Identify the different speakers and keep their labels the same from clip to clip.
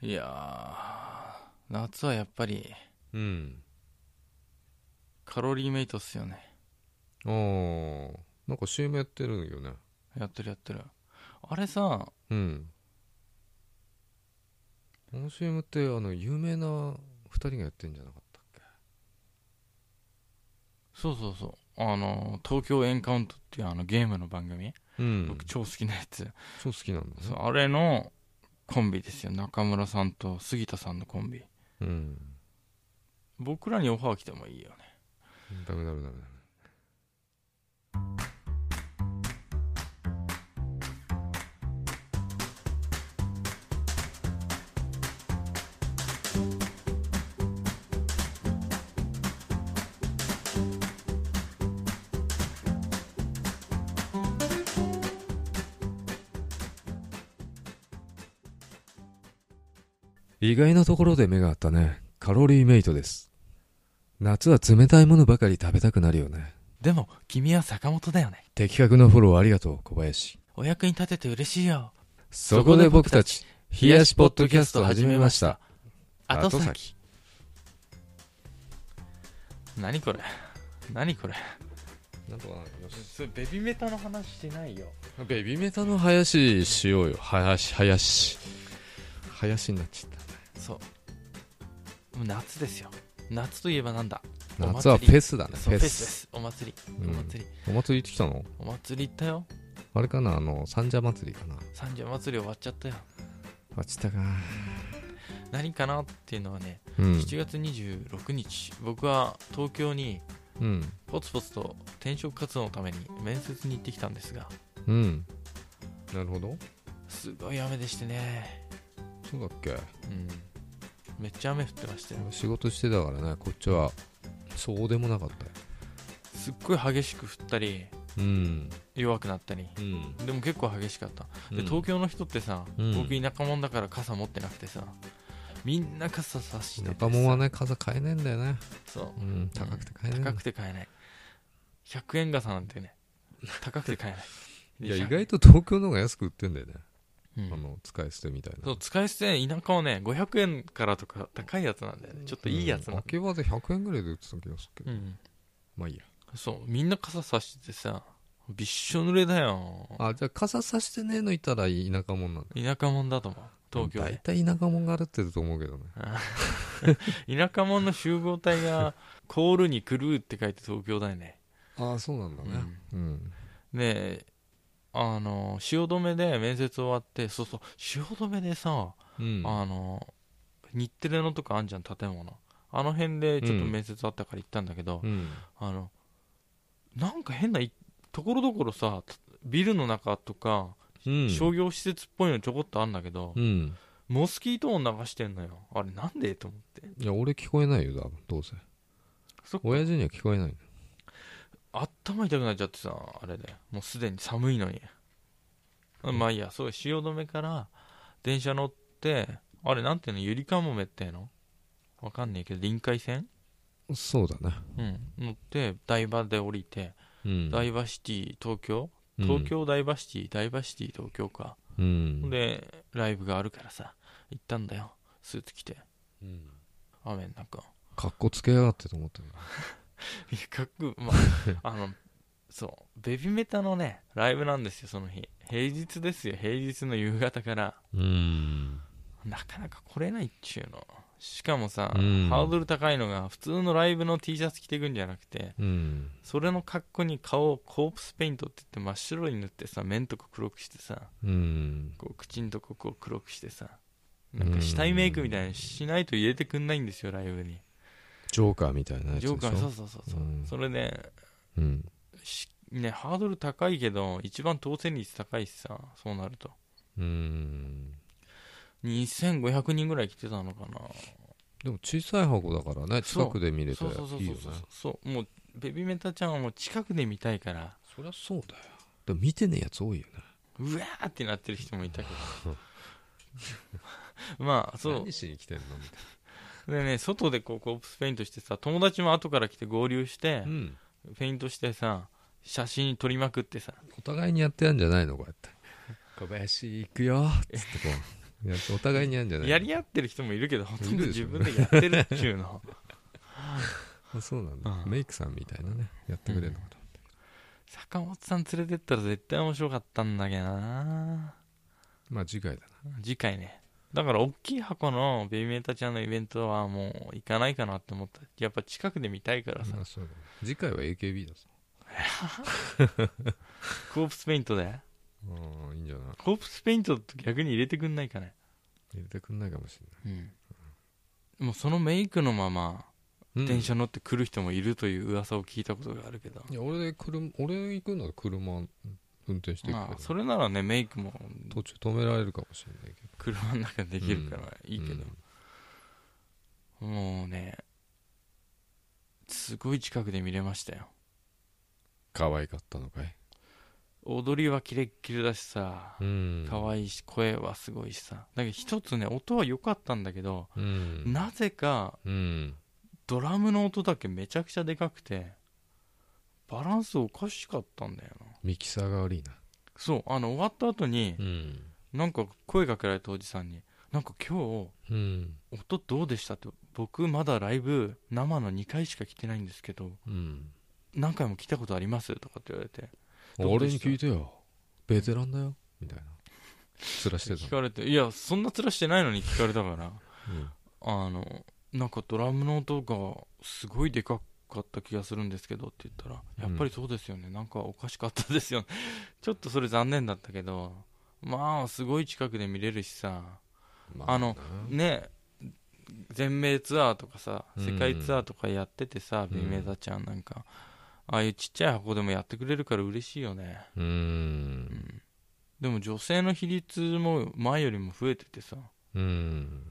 Speaker 1: いやー、夏はやっぱり
Speaker 2: うん
Speaker 1: カロリーメイトっすよね。
Speaker 2: あーなんか CM やってるよね
Speaker 1: やってるやってる。あれさ、
Speaker 2: うんあの CM ってあの有名な2人がやってんじゃなかったっけ
Speaker 1: そうそうそう。あの、東京エンカウントっていうあのゲームの番組、
Speaker 2: うん
Speaker 1: 僕超好きなやつ。
Speaker 2: 超好きなんだね
Speaker 1: そう、あれのコンビですよ。中村さんと杉田さんのコンビ。
Speaker 2: うん
Speaker 1: 僕らにオファー来てもいいよね。
Speaker 2: ダメダメダメ意外なところで目があったねカロリーメイトです夏は冷たいものばかり食べたくなるよね
Speaker 1: でも、君は坂本だよね。
Speaker 2: 的確なフォローありがとう小林
Speaker 1: お役に立てて嬉しいよ。
Speaker 2: そこで僕たち冷やしポッドキャストを始めました
Speaker 1: 後先
Speaker 2: 後
Speaker 1: 何これ何これ
Speaker 2: なんとかな
Speaker 1: それベビメタの話してないよ
Speaker 2: ベビメタの林しようよ林林林になっちゃっ
Speaker 1: そうもう夏ですよ夏といえばなんだ
Speaker 2: た
Speaker 1: お祭り
Speaker 2: 夏はフェスだねフ
Speaker 1: そう
Speaker 2: ェ
Speaker 1: フェスで
Speaker 2: ス
Speaker 1: すお祭り
Speaker 2: う
Speaker 1: お
Speaker 2: ん
Speaker 1: 祭り、
Speaker 2: お祭り行ってきたの
Speaker 1: お祭り行ったよ
Speaker 2: あれかなあの三社祭りかな
Speaker 1: 三社祭り終わっちゃったよ
Speaker 2: あっちったか
Speaker 1: 何かなっていうのはね、
Speaker 2: うん
Speaker 1: 7月26日僕は東京に
Speaker 2: うん
Speaker 1: ポツポツと転職活動のために面接に行ってきたんですが
Speaker 2: うんなるほど
Speaker 1: すごい雨でしてね
Speaker 2: そうだっけ
Speaker 1: うんめっちゃ雨降ってましたよ
Speaker 2: 仕事してたからねこっちはそうでもなかったよ
Speaker 1: すっごい激しく降ったり
Speaker 2: うん
Speaker 1: 弱くなったり
Speaker 2: うん
Speaker 1: でも結構激しかった、
Speaker 2: う
Speaker 1: で
Speaker 2: ん
Speaker 1: 東京の人ってさ、
Speaker 2: うん
Speaker 1: 僕田舎者だから傘持ってなくてさみんな傘さしててさ
Speaker 2: 田舎もんはね傘買えねえんだよね
Speaker 1: そう
Speaker 2: うん高くて買えねえんだ
Speaker 1: 高くて買えない100円傘なんてね高くて買えない
Speaker 2: いや
Speaker 1: で
Speaker 2: 意外と東京の方が安く売ってんだよね、
Speaker 1: うん
Speaker 2: あの使い捨てみたいな
Speaker 1: そう使い捨て田舎はね500円からとか高いやつなんだよねちょっといいやつなん
Speaker 2: なん
Speaker 1: だ
Speaker 2: 秋葉で100円ぐらいで売ってた気がするけど、
Speaker 1: うん
Speaker 2: まあいいや
Speaker 1: そうみんな傘さしててさびっしょ濡れだよ
Speaker 2: あじゃあ傘さしてねえのいたら田舎者なんだ
Speaker 1: 田舎者だと思う東京
Speaker 2: 大
Speaker 1: で
Speaker 2: 体田舎者が歩ってると思うけどね
Speaker 1: 田舎者の集合体が「コールに狂う」って書いて東京だよね
Speaker 2: ああそうなんだねうん、
Speaker 1: であの汐留で面接終わってそうそう汐留でさ、
Speaker 2: うん
Speaker 1: あの日テレのとかあんじゃん建物あの辺でちょっと面接あったから行ったんだけど、
Speaker 2: うん
Speaker 1: あのなんか変ないところどころさビルの中とか
Speaker 2: うん
Speaker 1: 商業施設っぽいのちょこっとあんだけど、
Speaker 2: うん
Speaker 1: モスキート音流してんのよあれなんでと思って
Speaker 2: いや俺聞こえないよ多分どうせ
Speaker 1: そっか
Speaker 2: 親父には聞こえない
Speaker 1: 頭痛くなっちゃってさあれでもうすでに寒いのに、まあいいやそう汐留から電車乗ってあれなんていうのゆりかもめっていうのわかんないけど臨海線
Speaker 2: のそうだね
Speaker 1: うん乗って台場で降りて、
Speaker 2: うん
Speaker 1: ダイバーシティ東京東京ダイバーシティ、ダイバーシティ東京か、
Speaker 2: うん、
Speaker 1: でライブがあるからさ行ったんだよスーツ着て
Speaker 2: うん、
Speaker 1: 雨の中
Speaker 2: かっこつけやがってと思ったけど
Speaker 1: いやかっこいいま ああのそうベビメタのねライブなんですよその日平日ですよ平日の夕方から
Speaker 2: うん
Speaker 1: なかなか来れないっちゅうのしかもさ、
Speaker 2: うん
Speaker 1: ハードル高いのが普通のライブの T シャツ着てくんじゃなくて
Speaker 2: うん
Speaker 1: それの格好に顔をコープスペイントって言って真っ白に塗ってさ目んとこ黒くしてさ
Speaker 2: うん
Speaker 1: こう口んとここう黒くしてさなんか死体メイクみたいにしないと入れてくんないんですよライブに
Speaker 2: ジョーカーみたいなやつで
Speaker 1: ジ
Speaker 2: しょ
Speaker 1: ョーカーそうそうそうそう、
Speaker 2: うん
Speaker 1: それで
Speaker 2: うん
Speaker 1: しね、ハードル高いけど一番当選率高いしさそうなると
Speaker 2: うん
Speaker 1: 2500人ぐらい来てたのかな
Speaker 2: でも小さい箱だからね
Speaker 1: そう
Speaker 2: 近くで見れてい
Speaker 1: そ
Speaker 2: いう
Speaker 1: そうそうそう
Speaker 2: よね
Speaker 1: そうもうベビメタちゃんはもう近くで見たいから
Speaker 2: そりゃそうだよでも見てねえやつ多いよね
Speaker 1: うわーってなってる人もいたけど まあそう
Speaker 2: しに来てんのみた
Speaker 1: でね外でこうコープスペイントしてさ友達も後から来て合流して
Speaker 2: いな、うん、
Speaker 1: フェイントしてさ写真撮りまくってさ
Speaker 2: お互いにやってやんじゃないのこうやって小林行くよっつってこ いやお互いにあるんじゃない
Speaker 1: やり合ってる人もいるけどほとんど
Speaker 2: いるで
Speaker 1: 自
Speaker 2: しょ
Speaker 1: 分でやってるっちゅうの
Speaker 2: あそうなんだ、
Speaker 1: うん
Speaker 2: メイクさんみたいなねやってくれるのかと、
Speaker 1: 坂本さん連れてったら絶対面白かったんだけどな
Speaker 2: まあ次回だな
Speaker 1: 次回ねだから大きい箱のベビメータちゃんのイベントはもう行かないかなって思ったやっぱ近くで見たいからさ
Speaker 2: まあそうだね次回は AKB だぞ
Speaker 1: コープスペイントで
Speaker 2: うんいいんじゃない
Speaker 1: コープスペイントと逆に入れてくんないかね
Speaker 2: 入れてくんないかもしれ
Speaker 1: うんもうそのメイクのまま
Speaker 2: ない、
Speaker 1: 電車乗って来る人もいるという噂を聞いたことがあるけど、
Speaker 2: いや俺車俺行くなら車運転していくけど、
Speaker 1: まあそれならねメイクも
Speaker 2: 途中止められるかもしれないけど
Speaker 1: 車の中でできるからいいけど、もうねすごい近くで見れましたよ
Speaker 2: 可愛かったのかい
Speaker 1: 踊りはキレッキレだしさ
Speaker 2: うん
Speaker 1: 可愛いし声はすごいしさだけど一つね音は良かったんだけど、
Speaker 2: うん
Speaker 1: なぜか
Speaker 2: うん
Speaker 1: ドラムの音だけめちゃくちゃでかくてバランスおかしかったんだよな
Speaker 2: ミキサーが悪いな
Speaker 1: そうあの終わった後に
Speaker 2: うん
Speaker 1: なんか声かけられたおじさんになんか今
Speaker 2: うん
Speaker 1: 日音どうでしたって僕まだライブ生の2回しか来てないんですけど
Speaker 2: うん
Speaker 1: 何回も来たことありますとかって言われてどうで
Speaker 2: 俺
Speaker 1: し
Speaker 2: に
Speaker 1: た
Speaker 2: 聞いてよベテランだよみたいなつらして
Speaker 1: 聞
Speaker 2: た
Speaker 1: か
Speaker 2: の
Speaker 1: れていやそんな面してないのに聞かれたから
Speaker 2: うん
Speaker 1: あのなんかドラムの音がすごいでかかった気がするんですけどって言ったら
Speaker 2: うん
Speaker 1: やっぱりそうですよね、なんかおかしかったですよね ちょっとそれ残念だったけどまあすごい近くで見れるしさ
Speaker 2: ま
Speaker 1: あの
Speaker 2: な
Speaker 1: ね全米ツアーとかさ
Speaker 2: うん
Speaker 1: 世界ツアーとかやっててさ、
Speaker 2: うん
Speaker 1: ビメザちゃんなんかああいうちっちゃい箱でもやってくれるから嬉しいよね、
Speaker 2: う
Speaker 1: うんん、でも女性の比率も前よりも増えててさ
Speaker 2: うん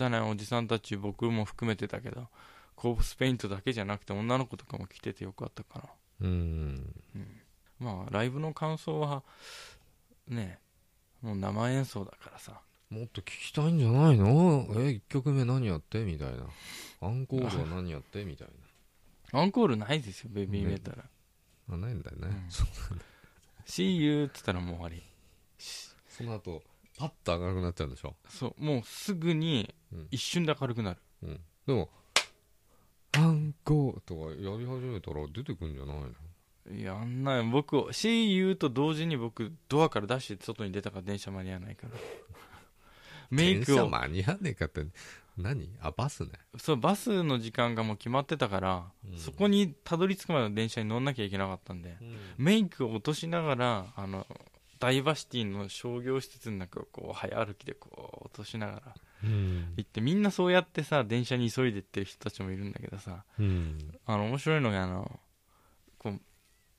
Speaker 1: 汚いおじさんたち僕も含めてだけどコープスペイントだけじゃなくて女の子とかも来ててよかったから
Speaker 2: うん
Speaker 1: まあライブの感想はねもう生演奏だからさ
Speaker 2: もっと聞きたいんじゃないのえ1曲目何やってみたいなアンコールは何やってみたい
Speaker 1: アンコールないですよベビーメタル、
Speaker 2: なあないんだよね、
Speaker 1: うん
Speaker 2: そ
Speaker 1: See you って言ったらもう終わり
Speaker 2: その後パッと明るくなっちゃうんでしょ、
Speaker 1: そうもうすぐに
Speaker 2: うん
Speaker 1: 一瞬で明るくなる、
Speaker 2: うん、でもアンコールとかやり始めたら出てくんじゃないの
Speaker 1: やんない僕 See you と同時に僕ドアから出して外に出たから電車間に合わないから メイク
Speaker 2: 電
Speaker 1: を
Speaker 2: 車間に合わねえかって何あバスね
Speaker 1: そうバスの時間がもう決まってたから、
Speaker 2: うん
Speaker 1: そこにたどり着くまでの電車に乗んなきゃいけなかったんで、メイクを落としながらあのダイバーシティの商業施設の中をこう早歩きでこう落としながら
Speaker 2: うん
Speaker 1: 行ってみんなそうやってさ電車に急いでってる人たちもいるんだけどさ
Speaker 2: うん
Speaker 1: あの面白いのがあのこう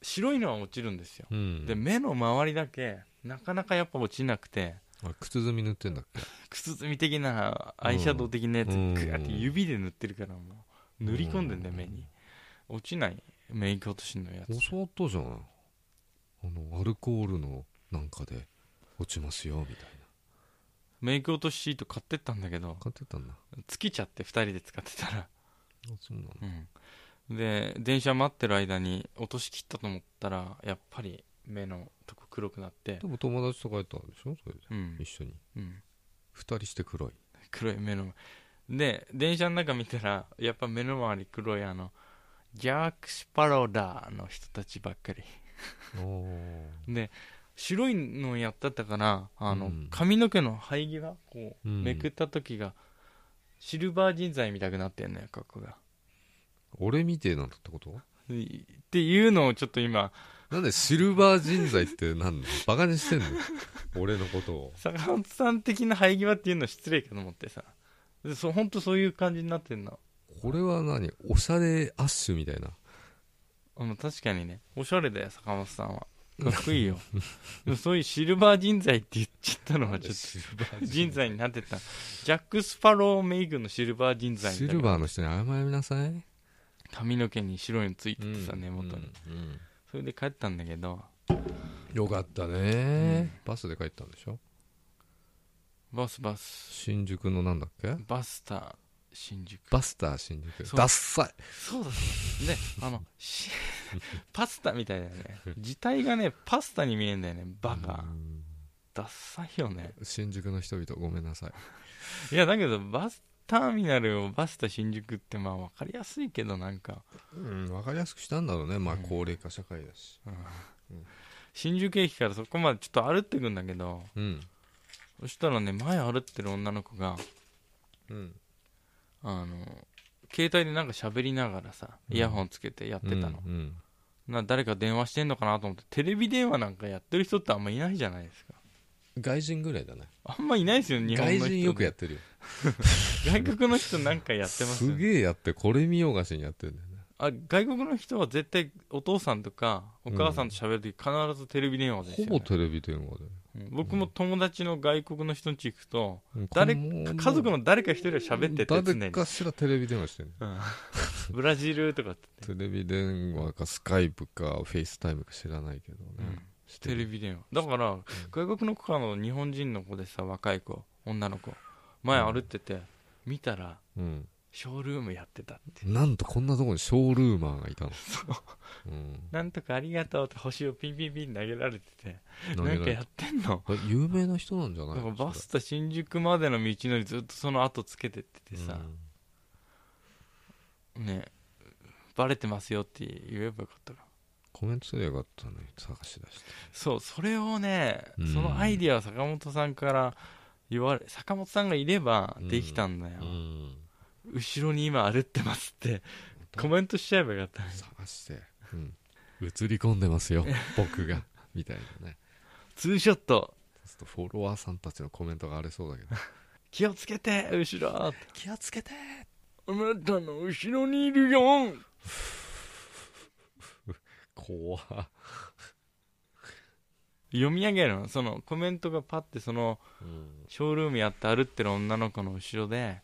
Speaker 1: 白いのは落ちるんですよ、
Speaker 2: うん
Speaker 1: で目の周りだけなかなかやっぱ落ちなくて
Speaker 2: あ靴積み塗ってんだっけ
Speaker 1: 靴積み的なアイシャドウ的なやつグ
Speaker 2: うん
Speaker 1: ワーって指で塗ってるからもう塗り込んでんだよ目に落ちないメイク落としのやつ
Speaker 2: 教わったじゃんあのアルコールのなんかで落ちますよみたい
Speaker 1: メイク落としシート買ってったんだけど
Speaker 2: な買ってたんだ
Speaker 1: 尽きちゃって2人で使ってたら、
Speaker 2: あそうなの
Speaker 1: うん、で電車待ってる間に落としきったと思ったらやっぱり目のとこ黒くなって
Speaker 2: で、も友達と帰ったんでしょそれで
Speaker 1: うん
Speaker 2: 一緒に
Speaker 1: うん、
Speaker 2: 二人して黒い
Speaker 1: 黒い目ので電車の中見たらやっぱ目の周り黒いあのジャック・スパローダーの人たちばっかり
Speaker 2: お
Speaker 1: で白いのやったったからあの、
Speaker 2: うん
Speaker 1: 髪の毛の生え際こう
Speaker 2: うん
Speaker 1: めくった時が、シルバー人材みたくなってんのよ格好が
Speaker 2: 俺みてえなんだってこと
Speaker 1: いっていうのをちょっと今
Speaker 2: なんでシルバー人材ってなんのバカにしてんの俺のことを
Speaker 1: 坂本さん的な生え際っていうのは失礼かと思ってさでそう本当そういう感じになってんの
Speaker 2: これは何おしゃれアッシュみたいな
Speaker 1: あの確かにねおしゃれだよ坂本さんはかっこ いいよでもそういうシルバー人材って言っちゃったのは ちょっと
Speaker 2: シルバー
Speaker 1: 人材になってたジャック・スパローメイクのシルバー人材みた
Speaker 2: シ
Speaker 1: いな
Speaker 2: ルバーの人に謝りなさい
Speaker 1: 髪の毛に白いのついててさ、根元に、
Speaker 2: うんうん
Speaker 1: それで帰ったんだけど
Speaker 2: よかったね、バスで帰ったんでしょ
Speaker 1: バスバス
Speaker 2: 新宿のなんだっけ
Speaker 1: バスター新宿
Speaker 2: バスター新宿
Speaker 1: そう
Speaker 2: ダッサい
Speaker 1: そうだそうだねあの しパスタみたいだよね字体がねパスタに見えんだよねバカ、
Speaker 2: うん
Speaker 1: ダサいよね
Speaker 2: 新宿の人々ごめんなさい
Speaker 1: いやだけどバスターミナルをバスタ新宿ってまあ分かりやすいけどなんか、
Speaker 2: うん分かりやすくしたんだろうねまあ
Speaker 1: うん
Speaker 2: 高齢化社会だし
Speaker 1: うん
Speaker 2: うん
Speaker 1: 新宿駅からそこまでちょっと歩ってくんだけど
Speaker 2: うん
Speaker 1: そしたらね前歩ってる女の子が
Speaker 2: うん
Speaker 1: あの携帯でなんか喋りながらさイヤホンつけてやってたの、
Speaker 2: うん
Speaker 1: な誰か電話してんのかなと思ってテレビ電話なんかやってる人ってあんまいないじゃないですか
Speaker 2: 外人ぐらいだね
Speaker 1: あんまいないですよ日本の
Speaker 2: 外
Speaker 1: 人
Speaker 2: 人よくやってるよ
Speaker 1: 外国の人なんかやってますよね
Speaker 2: すげえやってこれ見よがしにやってるんだよね
Speaker 1: あ外国の人は絶対お父さんとかお母さんと喋るとき必ずテレビ電話です
Speaker 2: ほ
Speaker 1: よ、ね
Speaker 2: ぼテレビ電話で
Speaker 1: うん僕も友達の外国の人に行くと
Speaker 2: うん
Speaker 1: 誰
Speaker 2: この
Speaker 1: 家族の誰か一人は喋ってて常
Speaker 2: 誰
Speaker 1: に、
Speaker 2: かしらテレビ電話してる
Speaker 1: うん、 ブラジルとかって、
Speaker 2: テレビ電話かスカイプかフェイスタイムか知らないけど
Speaker 1: う
Speaker 2: ね
Speaker 1: ん、テレ
Speaker 2: ビ
Speaker 1: ビ電話だから外国の子からの日本人の子でさ若い子女の子前歩ってて見たら
Speaker 2: うん
Speaker 1: ショールームやってたって
Speaker 2: なんとこんなとこにショールーマーがいたの
Speaker 1: なんとかありがとうって星をピンピンピン投げられてて
Speaker 2: うん
Speaker 1: なんかやってんの
Speaker 2: え有名な人なんじゃな
Speaker 1: だ
Speaker 2: い
Speaker 1: からバスタ新宿までの道のりずっとその後つけてっててさ、ねバレてますよって言えばよかったか
Speaker 2: コメントすればよかったね探し出して
Speaker 1: そうそれをね、
Speaker 2: うん
Speaker 1: そのアイディアは坂本さんから言われ坂本さんがいればできたんだよ、
Speaker 2: うん
Speaker 1: 後ろに今歩ってますってコメントしちゃえばよかった
Speaker 2: 探してうん映り込んでますよ僕がみたいなね
Speaker 1: ツーショット
Speaker 2: ちょっとフォロワーさんたちのコメントが荒れそうだけど
Speaker 1: 気をつけて後ろ
Speaker 2: 気をつけて
Speaker 1: あなたの後ろにいるよ
Speaker 2: 怖っ
Speaker 1: 読み上げるのそのコメントがパッてその
Speaker 2: うん
Speaker 1: ショールームやって歩ってる女の子の後ろで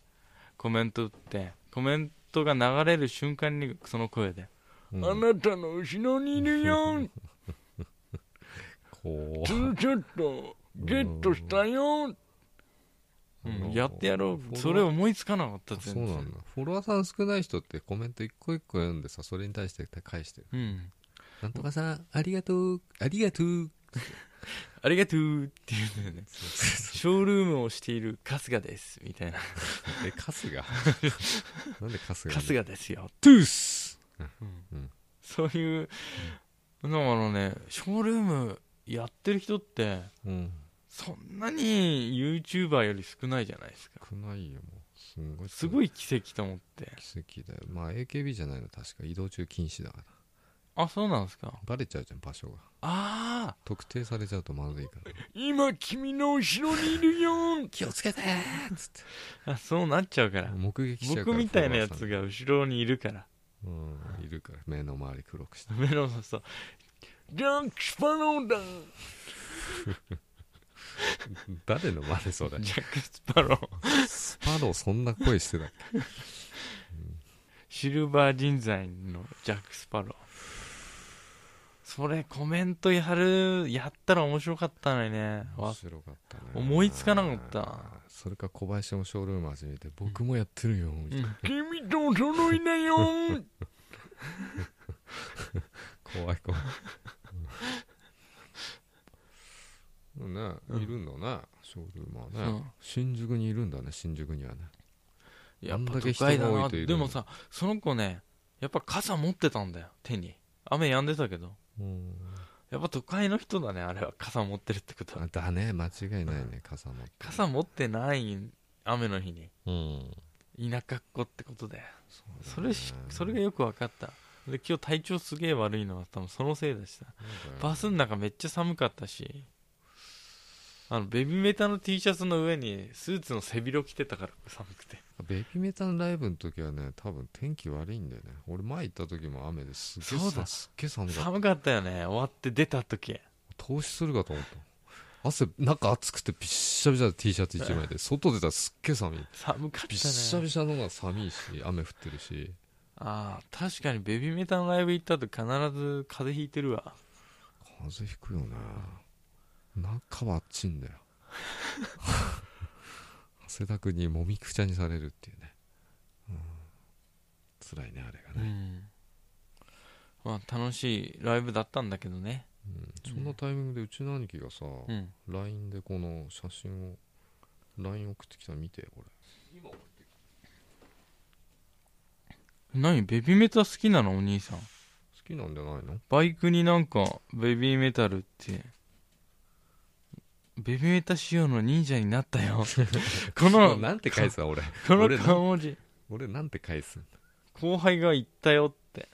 Speaker 1: コメント打ってコメントが流れる瞬間にその声で「あなたの後ろにいるよ
Speaker 2: 怖っ
Speaker 1: ツーショットゲットしたよ」う
Speaker 2: あの
Speaker 1: ん、やってやろうそれ思いつかなかった
Speaker 2: あ
Speaker 1: 全
Speaker 2: そう
Speaker 1: 然
Speaker 2: なんだフォロワーさん少ない人ってコメント一個一個読んでさそれに対して返してる
Speaker 1: うん
Speaker 2: なんとかさんありがとうありがとう
Speaker 1: ありがとうって言うんだよねショールームをしている春日ですみたいな
Speaker 2: え 春日なんで春日
Speaker 1: 春日ですよ
Speaker 2: トゥース
Speaker 1: そういうだからねショールームやってる人って
Speaker 2: うん
Speaker 1: そんなに YouTuber より少ないじゃないですか
Speaker 2: 少ないよもうすんごい
Speaker 1: すごい奇跡と思って
Speaker 2: 奇跡だよまあ AKB じゃないの確か移動中禁止だから
Speaker 1: あそうなんですか
Speaker 2: バレちゃうじゃん場所が
Speaker 1: ああ
Speaker 2: 特定されちゃうとまずいから
Speaker 1: 今君の後ろにいるよ
Speaker 2: 気をつけてっつっ
Speaker 1: あそうなっちゃうから
Speaker 2: 目撃しちゃう か
Speaker 1: 僕
Speaker 2: ら
Speaker 1: みたいなやつ
Speaker 2: フォロ
Speaker 1: が後ろにいるから
Speaker 2: ワーさんうんいるから目の周り黒くして
Speaker 1: メロンさんそうジャック・スパローだ
Speaker 2: 誰の真似それ
Speaker 1: ジャック・スパロー
Speaker 2: スパローそんな声してたっけ
Speaker 1: シルバー人材のジャック・スパローそれコメントやるやったら面白かったのにねわ
Speaker 2: 面白かったね
Speaker 1: 思いつかなかった
Speaker 2: それか小林もショールーム始めて僕もやってるよみたいな
Speaker 1: 君とお揃いだよ
Speaker 2: 怖い怖いうんね
Speaker 1: うん
Speaker 2: いるんだねショールームはね、
Speaker 1: うん
Speaker 2: 新宿にいるんだね新宿にはね
Speaker 1: やっ
Speaker 2: あん
Speaker 1: ぱ
Speaker 2: だ
Speaker 1: 都
Speaker 2: け人が多
Speaker 1: 会
Speaker 2: いと
Speaker 1: だ
Speaker 2: い
Speaker 1: な
Speaker 2: うのに
Speaker 1: でもさその子ねやっぱ傘持ってたんだよ手に雨止んでたけど
Speaker 2: うん
Speaker 1: やっぱ都会の人だねあれは傘持ってるってことは
Speaker 2: あだね間違いないね傘持って
Speaker 1: 傘持ってない雨の日に
Speaker 2: うん
Speaker 1: 田舎っ子ってことで
Speaker 2: そ
Speaker 1: そう
Speaker 2: だね
Speaker 1: れしそれがよく分かったで今日体調すげえ悪いのは多分そのせいだしさ
Speaker 2: なんか
Speaker 1: バスの中めっちゃ寒かったしあのベビメタの T シャツの上にスーツの背広着てたから寒くて
Speaker 2: ベビメタのライブの時はね多分天気悪いんだよね俺前行った時も雨ですっげえ
Speaker 1: そうだ
Speaker 2: さすっげえ寒かった
Speaker 1: 寒かったよね終わって出た時
Speaker 2: 投資するかと思った汗中暑くてびっしゃびしゃで T シャツ1枚で外出たらすっげえ寒い
Speaker 1: 寒かったね
Speaker 2: びっしゃびしゃのが寒いし雨降ってるし
Speaker 1: ああ確かにベビーメタのライブ行った後必ず風邪ひいてるわ
Speaker 2: 風邪ひくよね中はあっちいんだよ 汗だくにもみくちゃにされるっていうね、うん、辛いねあれが
Speaker 1: う
Speaker 2: ね
Speaker 1: んまあ楽しいライブだったんだけどね
Speaker 2: そんなタイミングでうちの兄貴がさ、
Speaker 1: うん。
Speaker 2: LINE でこの写真を LINE 送ってきたの見てこれ
Speaker 1: 何ベビーメタ好きなのお兄さん。
Speaker 2: 好きなんじゃないの
Speaker 1: バイクになんか、ベビーメタルって、ベビーメタ仕様の忍者になった よ。この、
Speaker 2: なんて返すわ俺
Speaker 1: この
Speaker 2: 俺な
Speaker 1: 顔文字、
Speaker 2: 俺なんて返すんだ、
Speaker 1: 後輩が言ったよって。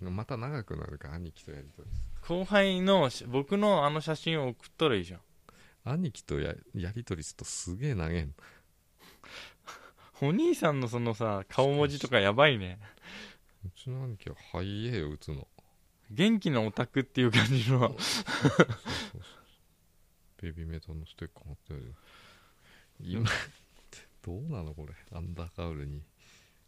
Speaker 2: うん、また長くなるから兄貴とやりとり
Speaker 1: 後輩のし、僕のあの写真を送ったらいいじゃん。
Speaker 2: 兄貴とややりとりするとすげえ長えん
Speaker 1: お兄さんのそのさ、顔文字とかやばいね。
Speaker 2: うちの兄貴は「はいえ」を打つの
Speaker 1: 元気なオタクっていう感じの。
Speaker 2: そうそうそうベビーメタルのステッカー貼ってあるよ今どうなのこれアンダーカウルに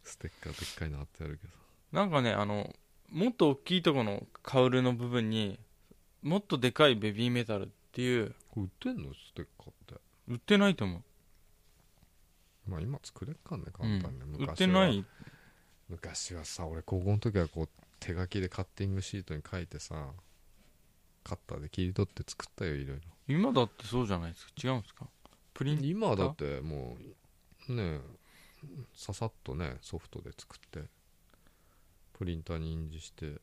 Speaker 2: ステッカーでっかいの貼ってあるけど
Speaker 1: なんかねあのもっと大きいとこのカウルの部分にもっとでかいベビーメタルっていう
Speaker 2: これ売ってんのステッカーって
Speaker 1: 売ってないと思
Speaker 2: まあ今作れっかんね
Speaker 1: う、う
Speaker 2: 簡
Speaker 1: ん
Speaker 2: 単に、、昔は
Speaker 1: 売ってない
Speaker 2: 昔はさ俺高校の時はこう手書きでカッティングシートに書いてさカッターで切り取って作ったよいろいろ
Speaker 1: 今だってそうじゃないですか違うんですかプリン
Speaker 2: 今はだってもうねえささっとねソフトで作ってプリンターに印字して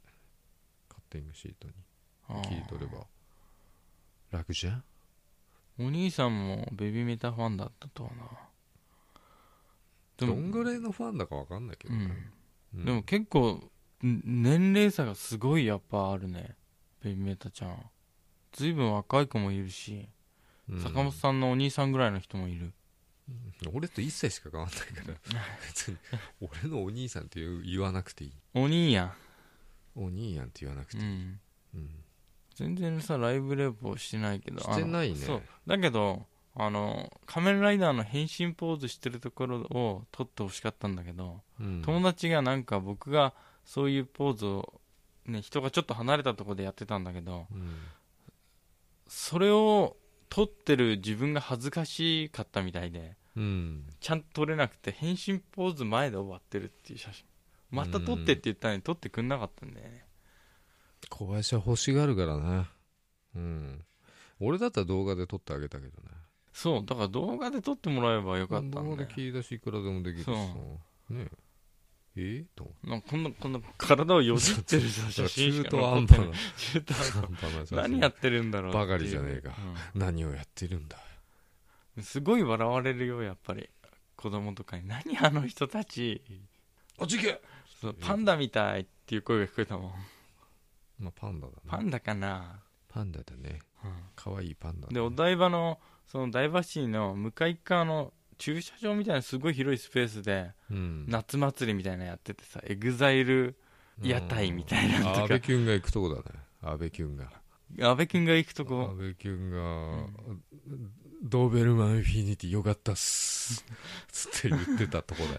Speaker 2: カッティングシートに
Speaker 1: あー
Speaker 2: 切り取れば楽じゃん
Speaker 1: お兄さんもベビーメタファンだったとはな
Speaker 2: どんぐらいのファンだか分かんないけどね、うん
Speaker 1: でも結構ん年齢差がすごいやっぱあるねベビーメタちゃん随分若い子もいるし、
Speaker 2: うん
Speaker 1: 坂本さんのお兄さんぐらいの人もいる
Speaker 2: 俺と一切しか変わんない から別に俺のお兄さんって言う言わなくていい
Speaker 1: お兄や
Speaker 2: お兄やんって言わなくて
Speaker 1: ん、う
Speaker 2: いい、
Speaker 1: ん、
Speaker 2: うん
Speaker 1: 全然さライブレポしてないけど
Speaker 2: してないね
Speaker 1: あのそうだけどあの仮面ライダーの変身ポーズしてるところを撮ってほしかったんだけど、
Speaker 2: うん
Speaker 1: 友達がなんか僕がそういうポーズを、ね、人がちょっと離れたところでやってたんだけど
Speaker 2: うん
Speaker 1: それを撮ってる自分が恥ずかしかったみたいで
Speaker 2: うん
Speaker 1: ちゃんと撮れなくて変身ポーズ前で終わってるっていう写真また撮ってって言ったのに撮ってくんなかったんだよね
Speaker 2: 小林は欲しがるからねうん俺だったら動画で撮ってあげたけどね
Speaker 1: そうだから動画で撮ってもらえばよかったんだ
Speaker 2: 動
Speaker 1: よ
Speaker 2: 画で切り出しいくらでもできるしさ
Speaker 1: そう
Speaker 2: ねええーと思って
Speaker 1: なんかこんな、こんな体をよじってる 写真し
Speaker 2: 中
Speaker 1: か
Speaker 2: 途
Speaker 1: 残っ
Speaker 2: 半
Speaker 1: てな。
Speaker 2: 端ない
Speaker 1: 中途半端
Speaker 2: 半端な写真
Speaker 1: 何やってるんだろうっていう
Speaker 2: バカりじゃねえか何をやってるんだ
Speaker 1: うんすごい笑われるよ、やっぱり。子供とかに。何あの人たち。
Speaker 2: あちけ
Speaker 1: そうパンダみたいっていう声が聞こえたもん。
Speaker 2: まあパンダだ
Speaker 1: パ
Speaker 2: ね
Speaker 1: ンダかな。
Speaker 2: パンダだね可愛いパンダだね
Speaker 1: で、お台場の、そのダイバーシーの向かい側の駐車場みたいなすごい広いスペースで、
Speaker 2: うん
Speaker 1: 夏祭りみたいなのやっててさ、エグザイル屋台みたいなの
Speaker 2: 阿
Speaker 1: とか
Speaker 2: 部、キュンが行くとこだね阿部キュンが
Speaker 1: 阿部君が行くと
Speaker 2: 阿
Speaker 1: こ、
Speaker 2: 部キュンが、ドーベルマンインフィニティよかったっす」つって言ってたとこだね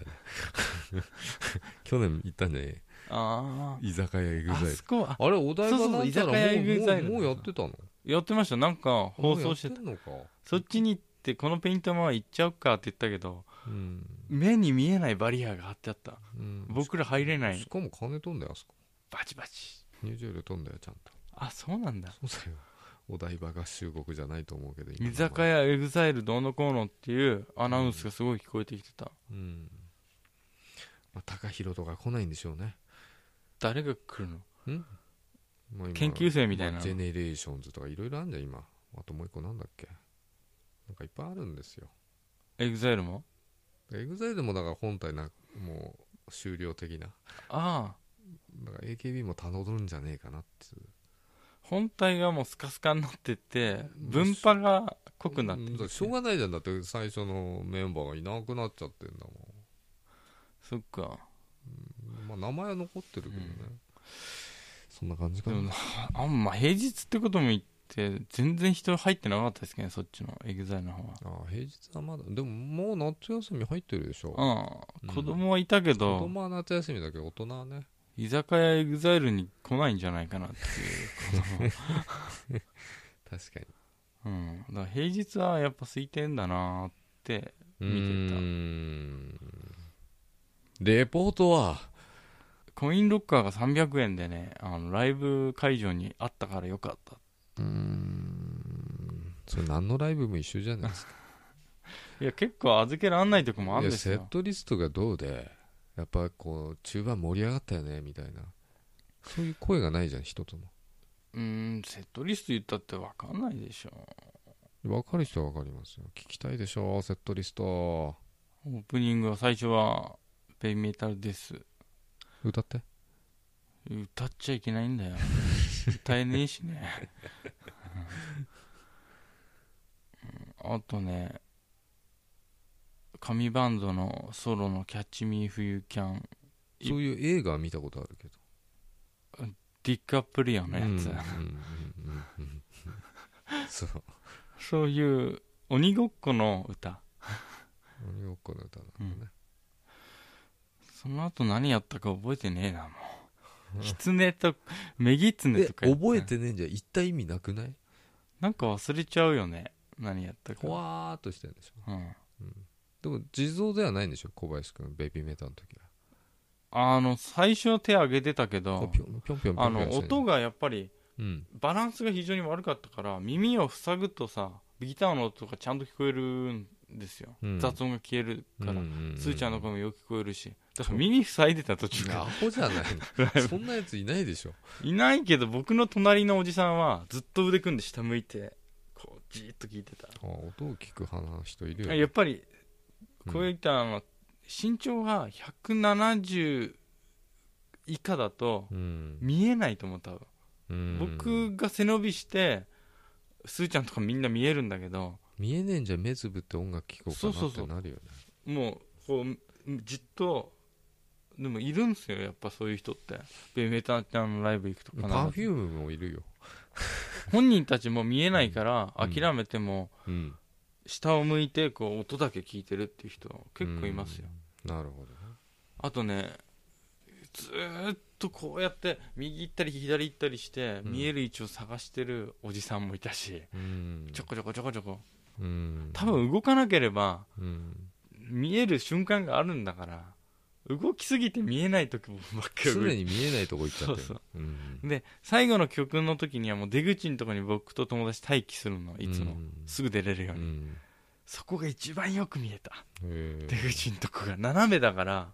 Speaker 2: 去年行ったんじゃね
Speaker 1: あ
Speaker 2: 居酒屋エグ
Speaker 1: あ、あ
Speaker 2: ザイル
Speaker 1: そこ、あ
Speaker 2: あれお台場
Speaker 1: そうそう
Speaker 2: だったら
Speaker 1: 居酒屋エグザイル
Speaker 2: もうもうもうやってたの
Speaker 1: やってましたなんか放送してた
Speaker 2: もうやってんのか
Speaker 1: そっちに行ってこのペイントマンは行っちゃおっかって言ったけど
Speaker 2: うん、
Speaker 1: 目に見えないバリアが張ってあった
Speaker 2: うん、
Speaker 1: 僕ら入れない
Speaker 2: しかも金飛んだよあそこ
Speaker 1: バチバチ
Speaker 2: 入場料飛んだよちゃんと
Speaker 1: あそうなんだ
Speaker 2: そうだよお台場合衆国じゃないと思うけど今
Speaker 1: 居酒屋エグザイルどうのこうのっていうアナウンスがすごい聞こえてきてた
Speaker 2: うん、まあ、高弘とか来ないんでしょうね
Speaker 1: 誰が来るの
Speaker 2: まあ今
Speaker 1: 研究生みたいな
Speaker 2: まあジェネレーションズとかいろいろあるんじゃん今あともう一個なんだっけなんかいっぱいあるんですよ
Speaker 1: エグザイルも
Speaker 2: エグザイルもだから本体なもう終了的な
Speaker 1: ああ
Speaker 2: だから AKB も頼るんじゃねえかなっていう
Speaker 1: 本体がもうスカスカになってって分派が濃くなって
Speaker 2: う
Speaker 1: き
Speaker 2: んだ
Speaker 1: て
Speaker 2: らしょうがないじゃんだって最初のメンバーがいなくなっちゃってんだ
Speaker 1: そっか
Speaker 2: もん、まあ、名前は残ってるけどね、そんな感じか
Speaker 1: で
Speaker 2: な、
Speaker 1: もあんま平日ってことも言って全然人入ってなかったですけどねそっちのエグザイルの方は
Speaker 2: ああ平日はまだでももう夏休み入ってるでしょ
Speaker 1: う
Speaker 2: うん
Speaker 1: ん、子供はいたけ
Speaker 2: 子
Speaker 1: ど、
Speaker 2: 供は夏休みだけど大人はね
Speaker 1: 居酒屋エグザイルに来ないんじゃないかなって いう子
Speaker 2: 確かに
Speaker 1: 供、うん、だから平日はやっぱ空いてんだなーって見てた
Speaker 2: うーんレポートは
Speaker 1: コインロッカーが300円でねあのライブ会場にあったからよかったっ
Speaker 2: うーんそれ何のライブも一緒じゃないですか
Speaker 1: いや結構預けらんないとこもあ
Speaker 2: い
Speaker 1: るん
Speaker 2: や
Speaker 1: です
Speaker 2: セ
Speaker 1: よ
Speaker 2: ットリストがどうでやっぱこう中盤盛り上がったよねみたいなそういう声がないじゃん一つも
Speaker 1: うーんセットリスト言ったって分かんないでしょ
Speaker 2: 分かる人は分かりますよ聞きたいでしょセットリスト
Speaker 1: オープニングは最初はベイメタルです
Speaker 2: 歌って
Speaker 1: 歌っちゃいけないんだよ歌えねえしねうんあとね神バンドのソロの「キャッチ・ミー・フユー・キャンい
Speaker 2: そういう映画は見たことあるけど」
Speaker 1: ディッカプリオのやつ、
Speaker 2: うんうんうんうんうんそう
Speaker 1: そういう鬼ごっこの歌
Speaker 2: 鬼ごっこの歌なんだね、
Speaker 1: その後何やったか覚えてねえなもう狐とメギツネ
Speaker 2: え
Speaker 1: とかやった
Speaker 2: 覚えてねえんじゃ言った意味なくない
Speaker 1: なんか忘れちゃうよね何やったか
Speaker 2: ほわーっとしてるんでしょ
Speaker 1: うん、
Speaker 2: でも地蔵ではないんでしょ小林くんベビーメタの時
Speaker 1: あの最初は手上げてたけ
Speaker 2: は
Speaker 1: ど
Speaker 2: ぴょんぴょんぴょんぴょ
Speaker 1: あ
Speaker 2: ん
Speaker 1: の音
Speaker 2: が
Speaker 1: がやっぱり
Speaker 2: うん
Speaker 1: バランスが非常に悪かったから耳を塞ぐとさギターの音がちゃんと聞こえるんですよ、
Speaker 2: うん
Speaker 1: 雑音が消えるから、スーちゃんの声
Speaker 2: も
Speaker 1: もよく聞こえるしだから耳塞いでた途中
Speaker 2: ア
Speaker 1: か
Speaker 2: ホじゃないの そんなやついないでしょ
Speaker 1: らいないけど僕の隣のおじさんはずっと腕組んで下向いてこうじーっと聞いてた、
Speaker 2: あ音を聞く派な人いるよ、
Speaker 1: やっぱり
Speaker 2: うん
Speaker 1: こういったあの身長が170以下だと
Speaker 2: うん
Speaker 1: 見えないと思う多分
Speaker 2: うん
Speaker 1: 僕が背伸びしてすーちゃんとかみんな見えるんだけど
Speaker 2: 見えねえんじゃ目つぶって音楽聴こ
Speaker 1: そう
Speaker 2: うか
Speaker 1: そ
Speaker 2: な
Speaker 1: う
Speaker 2: っ
Speaker 1: そう
Speaker 2: てなるよね
Speaker 1: もうこうじっとでもいるんすよやっぱそういう人ってベイメタちゃんのライブ行くとか
Speaker 2: パフュームもいるよ、
Speaker 1: 本人たちも見えないから
Speaker 2: うん
Speaker 1: 諦めても
Speaker 2: うん、
Speaker 1: 下を向いてこう音だけ聞いてるっていう人結構いますよ
Speaker 2: うんなるほどね
Speaker 1: あとねずーっとこうやって右行ったり左行ったりして
Speaker 2: うん
Speaker 1: 見える位置を探してるおじさんもいたし
Speaker 2: うん
Speaker 1: ちょこちょこちょこちょこ
Speaker 2: うん
Speaker 1: 多分動かなければ
Speaker 2: うん
Speaker 1: 見える瞬間があるんだから動きすぎて見えない時もばっかり
Speaker 2: 常
Speaker 1: 動いて
Speaker 2: に見えないとこ行っちゃって、
Speaker 1: そうそう
Speaker 2: ん、
Speaker 1: で最後の曲の時にはもう出口のとこに僕と友達待機するのいつも、
Speaker 2: うん
Speaker 1: すぐ出れるよう
Speaker 2: う
Speaker 1: に、
Speaker 2: ん
Speaker 1: そこが一番よく見えた
Speaker 2: へえ
Speaker 1: 出口のとこが斜めだから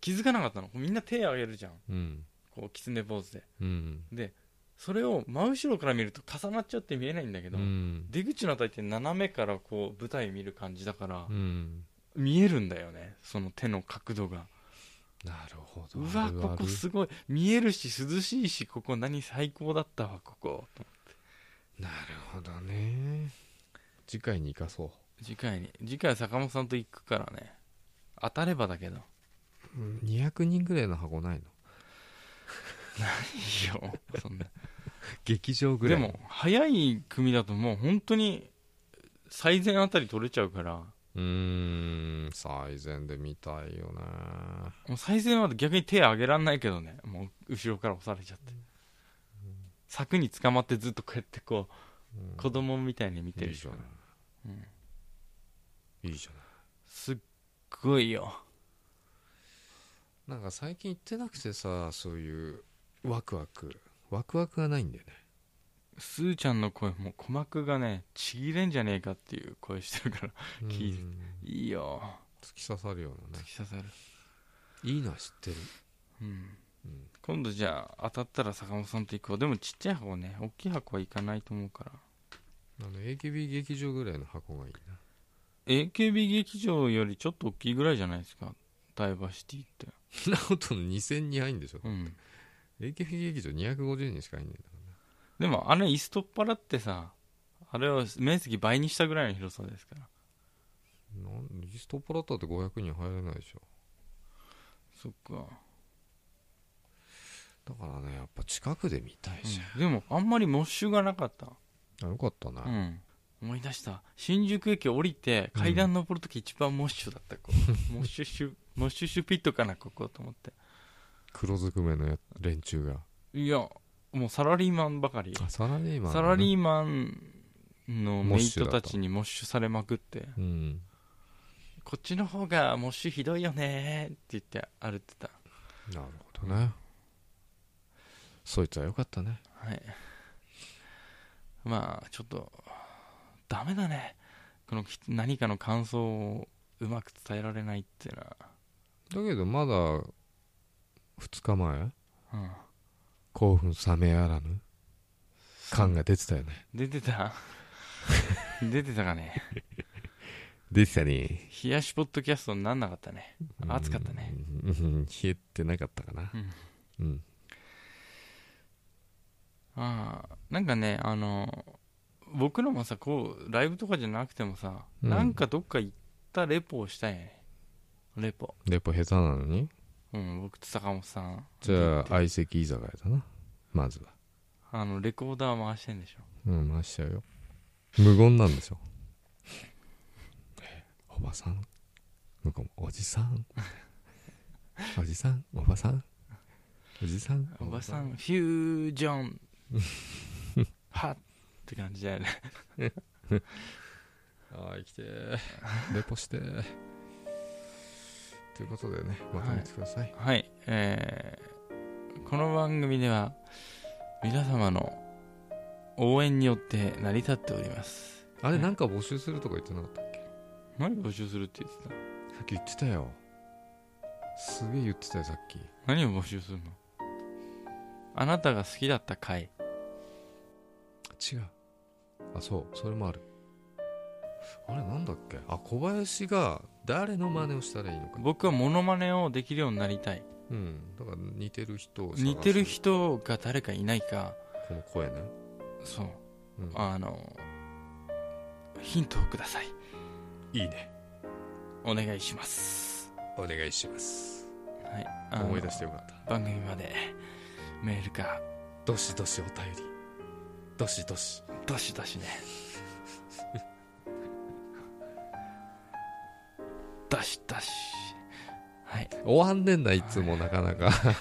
Speaker 1: 気づかなかったのみんな手を挙げるじゃん
Speaker 2: うん
Speaker 1: こう狐ポーズで
Speaker 2: うん
Speaker 1: でそれを真後ろから見ると重なっちゃって見えないんだけ
Speaker 2: う
Speaker 1: ど、
Speaker 2: ん
Speaker 1: 出口のあたりって斜めからこう舞台見る感じだから
Speaker 2: う、ん
Speaker 1: 見えるんだよねその手の角度が
Speaker 2: なるほど
Speaker 1: うわ
Speaker 2: ある
Speaker 1: こ
Speaker 2: ある
Speaker 1: こすごい見えるし涼しいしここ何最高だったわここ
Speaker 2: なるほどね次回に生かそ、
Speaker 1: 次回に次回は坂本さんと行くからね当たればだけどいう
Speaker 2: うん、200人ぐらいの箱ないの
Speaker 1: いよそんな
Speaker 2: 劇場ぐら
Speaker 1: で
Speaker 2: い
Speaker 1: も早い組だともう本当に最善あたり取れちゃうから
Speaker 2: うーん最善で見たいよね
Speaker 1: もう最善は逆に手上げらんないけどねもう後ろから押されちゃって柵に捕まってずっとこうやってこ
Speaker 2: うん
Speaker 1: う子供みたいに見て
Speaker 2: いい
Speaker 1: る
Speaker 2: じ
Speaker 1: し
Speaker 2: ゃない、いいじゃない
Speaker 1: すっごいよ
Speaker 2: なんか最近行ってなくてさそういうワクワクワクワクがないんだよね
Speaker 1: すーちゃんの声もう鼓膜がねちぎれんじゃねえかっていう声してるから聞いて
Speaker 2: うん
Speaker 1: いいよ
Speaker 2: 突き刺さるような
Speaker 1: 突
Speaker 2: ね
Speaker 1: き刺さる
Speaker 2: いいのは知ってる、
Speaker 1: うん
Speaker 2: うん
Speaker 1: 今度じゃあ当たったら坂本さんと行こうでもちっちゃい箱ね大きい箱は行かないと思うから
Speaker 2: あの AKB 劇場ぐらいの箱がいいな
Speaker 1: AKB 劇場よりちょっと大きいぐらいじゃないですかダイバーシティって
Speaker 2: そんなことの2000人入んでしょ
Speaker 1: うん
Speaker 2: AKB 劇場250人しか入んねえんだ
Speaker 1: でもあれ椅子取っ払ってさあれを面積倍にしたぐらいの広さですから
Speaker 2: なんリストプラッターって500人入れないでしょ
Speaker 1: そっか、
Speaker 2: だからねやっぱ近くで見たいじゃん、
Speaker 1: でもあんまりモッシュがなかった
Speaker 2: あよかったな、
Speaker 1: うん思い出した新宿駅降りて階段登るとき一番モッシュだった、 こうモッシュシュモッシュシュピットかなここと思って
Speaker 2: 黒ずくめのや連中が
Speaker 1: いやもうサラリーマンばかり
Speaker 2: あサラリーマン
Speaker 1: サラリ
Speaker 2: ー
Speaker 1: ーマンのメイトたちにモッシュされまくって
Speaker 2: マンうん
Speaker 1: こっちの方がモッシュひどいよねって言って歩いてた
Speaker 2: なるほどねそいつはよかったね
Speaker 1: はいまあちょっとダメだねこのき何かの感想をうまく伝えられないっていうのは、
Speaker 2: だけどまだ2日前
Speaker 1: うん、
Speaker 2: 興奮冷めやらぬ感が出てたよね
Speaker 1: 出てた出てたかね
Speaker 2: 出てたね
Speaker 1: 冷やしポッドキャストになんなかったね暑かったね
Speaker 2: うんうん冷えてなかったかな
Speaker 1: うん
Speaker 2: うん
Speaker 1: ああなんかねあの僕のもさこうライブとかじゃなくてもさ、
Speaker 2: うん
Speaker 1: なんかどっか行ったレポをしたいねレポ
Speaker 2: やっぱ下手なのに
Speaker 1: うん僕と坂本さん
Speaker 2: じゃあ相席居酒屋だなまずは
Speaker 1: あのレコーダー回してんでしょ
Speaker 2: うん回しちゃうよ無言なんでしょおばさん向こうもおじさん おじさんおばさんおじさん
Speaker 1: おばさんフュージョ ンはっって感じだよね
Speaker 2: ああ生きてーレポしてーということでねまとめてください、
Speaker 1: はいえーこの番組では皆様の応援によって成り立っております
Speaker 2: あれなんか募集するとか言ってなかったっけ
Speaker 1: 何募集するって言ってた
Speaker 2: さっき言ってたよすげえ言ってたよさっき
Speaker 1: 何を募集するのあなたが好きだった回
Speaker 2: 違うあそうそれもあるあれなんだっけあ小林が誰の真似をしたらいいのか
Speaker 1: 僕はモノマネをできるようになりたい
Speaker 2: うんだから似てる人を探す
Speaker 1: 似てる人が誰かいないか
Speaker 2: この声ね、
Speaker 1: そう
Speaker 2: うん、
Speaker 1: あのヒントをください
Speaker 2: いいね
Speaker 1: お願いします
Speaker 2: お願いします
Speaker 1: はいあの
Speaker 2: 思い出してよかった
Speaker 1: 番組までメールか
Speaker 2: どしどしお便りどしどし
Speaker 1: どしどしね どしどしはい
Speaker 2: 終わんねんないつもなかなか
Speaker 1: は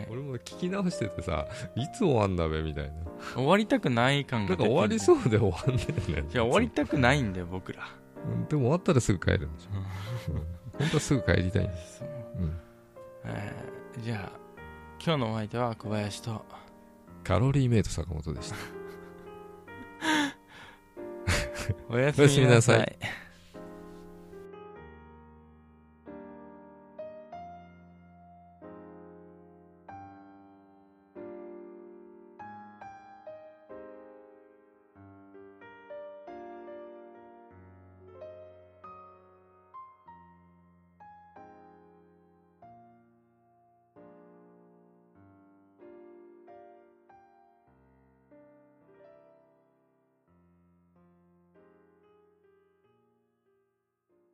Speaker 1: い
Speaker 2: 俺も聞き直しててさいつ終わんだべみたいな
Speaker 1: 終わりたくない感
Speaker 2: な
Speaker 1: が
Speaker 2: ん
Speaker 1: 出
Speaker 2: か
Speaker 1: て
Speaker 2: 終わり
Speaker 1: う
Speaker 2: そうで終わんねんね
Speaker 1: じゃ終わりたくないんだよ僕ら
Speaker 2: うんでも終わったらすぐ帰るんでしょ本当はすぐ帰りたいんです、
Speaker 1: そう
Speaker 2: うん、
Speaker 1: えーじゃあ今日のお相手は小林と
Speaker 2: カロリーメイト坂本でした
Speaker 1: おや
Speaker 2: すみなさい
Speaker 1: すみなさい